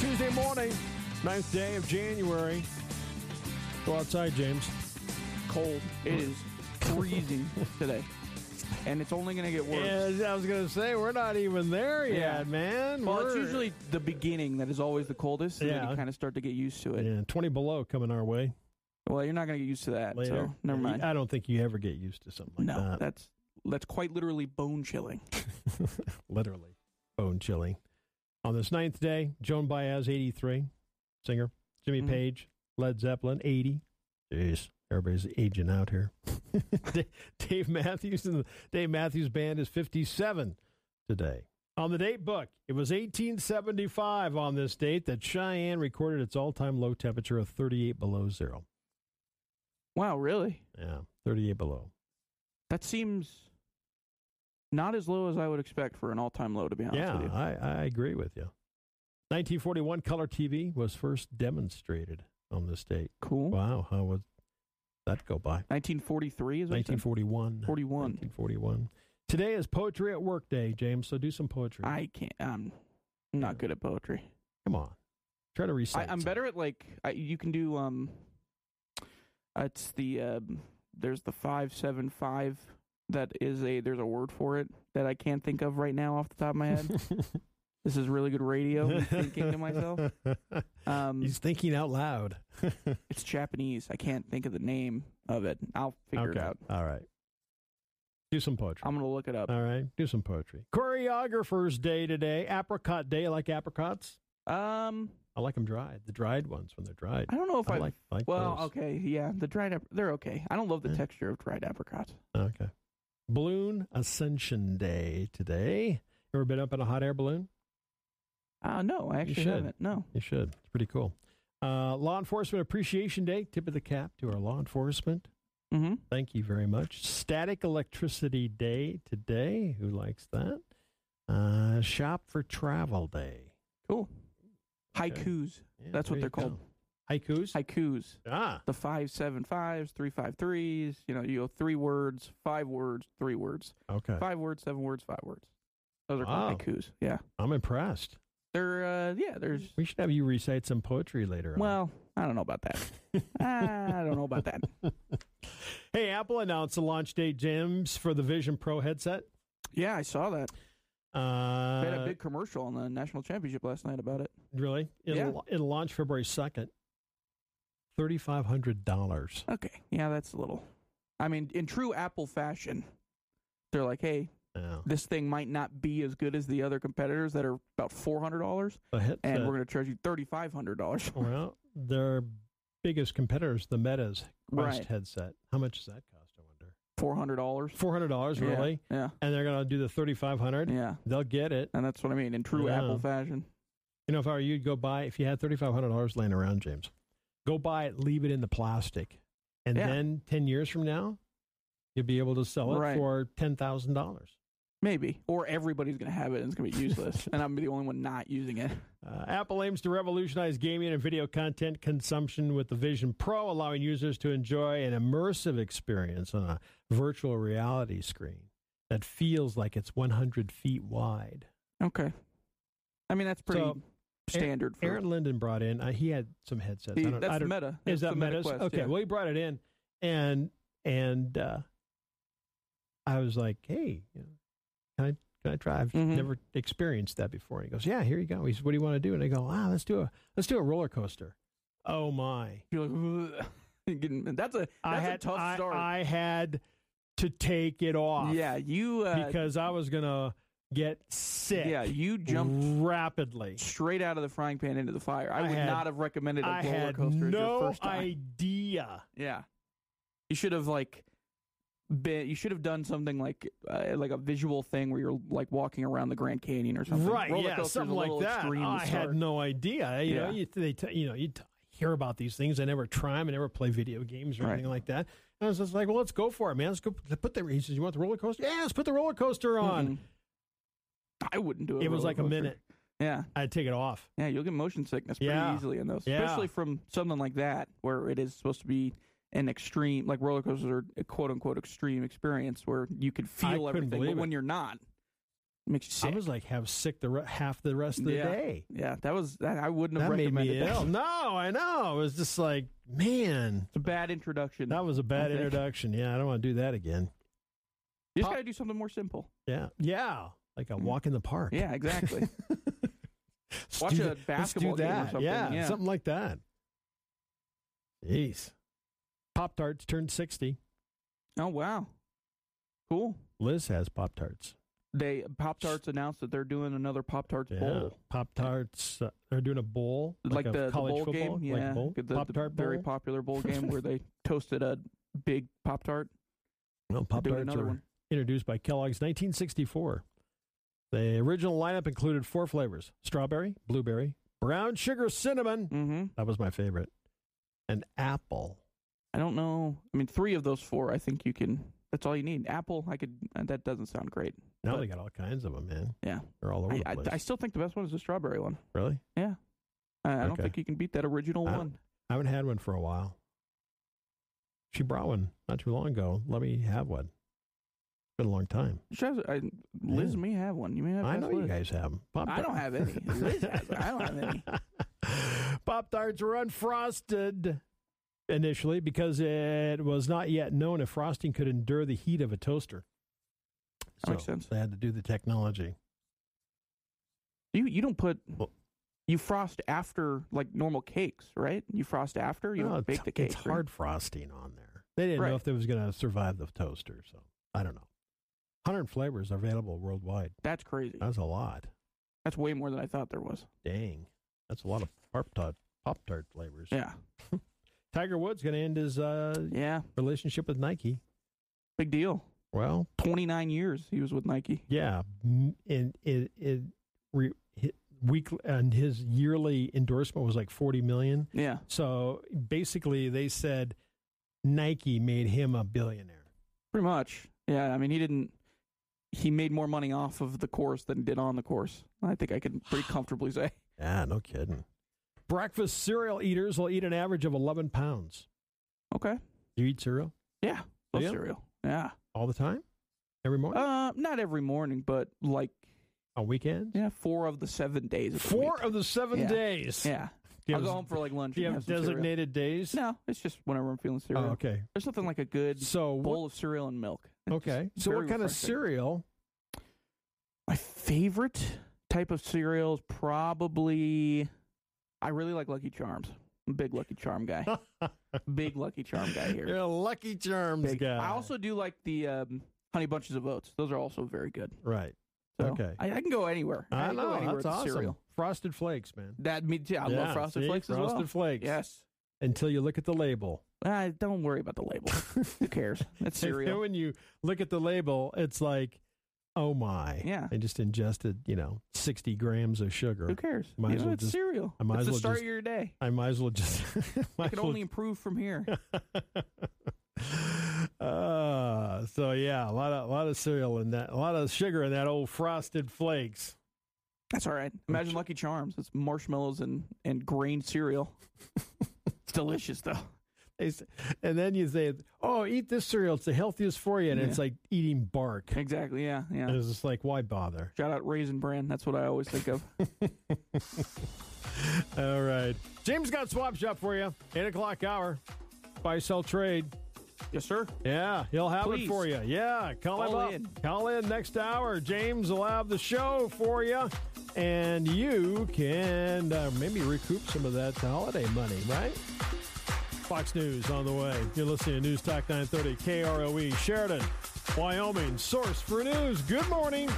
Tuesday morning, ninth day of January. Go outside, James. cold. It is freezing today, and it's only going to get worse. Yeah, I was gonna say we're not even there yet, Yeah. man. Well, we're, it's usually the beginning that is always the coldest, and then Yeah. you kind of start to get used to it. Yeah, 20 below coming our way Well, you're not going to get used to that, later. so never mind. I don't think you ever get used to something like no, that. that's that's quite literally bone chilling. Literally, bone chilling. On this ninth day, Joan Baez, 83, singer. Jimmy Mhm. Page, Led Zeppelin, 80. Jeez, everybody's aging out here. Da- Dave Matthews and the Dave Matthews Band is 57 today. On the date book, it was 1875 on this date that Cheyenne recorded its all time low temperature of 38 below zero. Wow, really? Yeah, 38 below. That seems not as low as I would expect for an all-time low, to be honest yeah, with you. I, I agree with you. 1941 color TV was first demonstrated on this date. Cool. Wow, how would that go by? 1943 is what you said? 1941. 41. 1941. Today is Poetry at Work Day, James, so do some poetry. I can't. I'm not good at poetry. Come on. Try to recite. I, I'm some. better at like I, you can do. Um, it's the um, there's the five seven five that is a there's a word for it that I can't think of right now off the top of my head. this is really good radio. me thinking to myself, um, He's thinking out loud. it's Japanese. I can't think of the name of it. I'll figure okay. it out. All right. Do some poetry. I'm gonna look it up. All right. Do some poetry. Choreographer's Day today. Apricot Day. I like apricots. Um, I like them dried. The dried ones when they're dried. I don't know if I I, like, like Well, those. okay, yeah, the dried up they're okay. I don't love the Yeah. texture of dried apricots. Okay. Balloon Ascension Day today. Ever been up in a hot air balloon? Uh no, I actually should. haven't. No. You should. It's pretty cool. Uh, Law Enforcement Appreciation Day. Tip of the cap to our law enforcement. Mm-hmm. Thank you very much. Static Electricity Day today. Who likes that? Uh, Shop for Travel Day. Cool. Okay. Haikus. Yeah, That's what there they're you go. called. Haikus. Haikus. ah, The five seven fives, three five threes. You know, you go three words, five words, three words, okay. five words, seven words, five words. Those are Wow. called haikus. Yeah, I'm impressed. they're uh, yeah. There's We should have you recite some poetry later. on. well, I don't know about that. I don't know about that. Hey, Apple announced the launch date, James, for the Vision Pro headset. Yeah, I saw that. Uh, They had a big commercial on the national championship last night about it. Really? It'll, it'll launch February 2nd. $3,500. Okay, yeah, that's a little. I mean, in true Apple fashion, they're like, hey, Now, this thing might not be as good as the other competitors that are about four hundred dollars. the and headset, we're going to charge you thirty five hundred dollars. well, their biggest competitors, the Meta's Quest Right. headset. How much does that cost, I wonder? Four hundred dollars. $400, really? Yeah, And they're going to do the yeah, 3500 yeah. They'll get it. And that's what I mean in true Yeah. Apple fashion. You know, if I were you, you'd go buy, if you had $3,500 laying around, James, go buy it, leave it in the plastic. And Yeah. then 10 years from now, you'll be able to sell it Right. for $10,000. Maybe, or everybody's going to have it and it's going to be useless, and I'm the only one not using it. Uh, Apple aims to revolutionize gaming and video content consumption with the Vision Pro, allowing users to enjoy an immersive experience on a virtual reality screen that feels like it's 100 feet wide. Okay, I mean that's pretty So, standard for Aaron Linden brought in, uh, he had some headsets. the- I don't, that's I don't, Meta. is That's that the Meta Meta's? Quest, okay, yeah. well, he brought it in, and and uh, I was like, hey, you know, can I can I try? I've Mhm. never experienced that before. And he goes, yeah, here you go. He says, what do you want to do? And I go, ah, let's do a let's do a roller coaster. Oh my! You're like, "Ugh." You're getting- that's a that's I had a tough I, start. I had to take it off. yeah, you uh, because I was gonna get sick. yeah you jumped rapidly. straight out of the frying pan into the fire. I, I would had- not have recommended a I roller had coaster as your no first time. idea. Yeah. You should have like been you should have done something like uh, like a visual thing where you're like walking around the Grand Canyon or something. Right, Roller yeah, coaster's something a like little that. extreme to I had start. no idea. You know, Yeah. you, they t- you know you t- hear about these things. I never try them. I never play video games or Right. anything like that. And I was just like, well, let's go for it, man. Let's go let's put the. He says, you want the roller coaster? Yeah, let's put the roller coaster on. Mm-mm. Mm-hmm. I wouldn't do it. It was like a minute. Yeah. I'd take it off. Yeah, you'll get motion sickness pretty Yeah. easily in those. Yeah. Especially from something like that where it is supposed to be an extreme like roller coasters are a quote unquote extreme experience where you can feel couldn't everything. believe But it. when you're not, Makes you sick. I was like, have sick the re- half the rest of the Yeah. day. yeah, that was that. I wouldn't have That made recommended me that. ill. It's No, I know. It was just like, man, a bad introduction. that was a bad think. introduction. Yeah, I don't want to do that again. you just pop- gotta do something more simple. Yeah, yeah, like a Mm. walk in the park. Yeah, exactly. Let's Watch do a that. Let's do basketball game or that. something, Yeah, yeah. something like that. Jeez. Pop Tarts turned 60. oh wow, cool. Liz has Pop Tarts. They Pop Tarts announced that they're doing another Pop Tarts Yeah. bowl, Pop Tarts. Uh, they're doing a bowl. like, a the, the college bowl football, game. Like yeah, a bowl. the, the Pop Tart bowl. very popular bowl game where they toasted a big Pop Tart. no, Pop Doing Tarts another are one. introduced by Kellogg's 1964. The original lineup included four flavors strawberry, blueberry, brown sugar cinnamon. Mm-hmm. That was my favorite. And apple. I don't know. I mean, three of those four. I think you can. That's all you need. Apple. I could. uh, That doesn't sound great. Now But- they got all kinds of them, man. Yeah. They're all over I, the I, place. I still think the best one is the strawberry one. really? I, I don't Okay. think you can beat that original I- one. I haven't had one for a while. She brought one not too long ago. Let me have one. It's been a long time. You guys- I, Liz Yeah. may have one. You may have. I asked know you Liz. guys have them. Pop I don't have any. Liz has them. I don't have any. Pop tarts were unfrosted initially because it was not yet known if frosting could endure the heat of a toaster. That makes sense. They had to do the technology. You you don't put. Well- You frost after like normal cakes, right? You frost after you No, don't it's- bake the cake. It's right? hard frosting on there. They didn't Right. know if it was going to survive the toaster, so I don't know. 100 flavors are available worldwide. That's crazy. That's a lot. That's way more than I thought there was. Dang, that's a lot of pop tart pop tart flavors. Yeah. Tiger Woods going to end his uh, Yeah. relationship with Nike. Big deal. Well, Twenty nine years he was with Nike. yeah, m- and it it re, hi- week and his yearly endorsement was like forty million. Yeah. So basically, they said Nike made him a billionaire. Pretty much. Yeah. I mean, he didn't. He made more money off of the course than he did on the course. I think I can pretty comfortably say. Yeah, no kidding. Breakfast cereal eaters will eat an average of eleven pounds. Okay. Do you eat cereal Yeah. Love Oh, Yeah. cereal. Yeah. all the time, every morning, Uh, not every morning, but like on weekends? Uh, yeah, four of the seven days. Of the Four week. of the seven Yeah. days. Yeah. Do you I'll have- go home for like lunch. Do you and have some cereal. designated days? No, it's just whenever I'm feeling cereal. Oh, okay. There's nothing like a good So what, bowl of cereal and milk. It's okay. just So very what kind of refreshing. cereal? My favorite type of cereal is probably. I really like Lucky Charms. I'm a big Lucky Charm guy. big Lucky Charm guy here. You're a Lucky Charms Big. guy. I also do like the um, honey bunches of oats. Those are also very good. right. So Okay. I, I can go anywhere. I, can go know anywhere that's with awesome. cereal. Frosted Flakes, man. That me too. I love Yeah, frosted see? flakes as Frosted well. Flakes. Yes. Until you look at the label. Uh, don't worry about the label. Who cares? That's And then cereal. when you look at the label, it's like, oh my. Yeah. I just ingested, you know, sixty grams of Who sugar. cares? Might you as know, well it's just- cereal. I might it's as the well start just- of your day. I might as well just. might I as can well only improve from here. uh, so yeah, a lot of a lot of cereal in that, a lot of sugar in that old frosted flakes. That's all right. Imagine Lucky Charms. It's marshmallows and, and grain cereal. it's delicious though. They s- And then you say, "Oh, eat this cereal; it's the healthiest for you." And it's like eating bark. Exactly. Yeah. Yeah. And it's just like, why bother? Shout out Raisin Bran. That's what I always think of. All right, James got swap shop for you. Eight o'clock hour. Buy, sell, trade. yes, sir. Yeah, he'll have it Please. for you. Yeah, call, him Call up. in. Call in next hour. James will have the show for you, and you can uh, maybe recoup some of that holiday money, right? Fox News on the way. You're listening to E, News Talk 930 KROE, Sheridan, Wyoming, source for news. Good morning.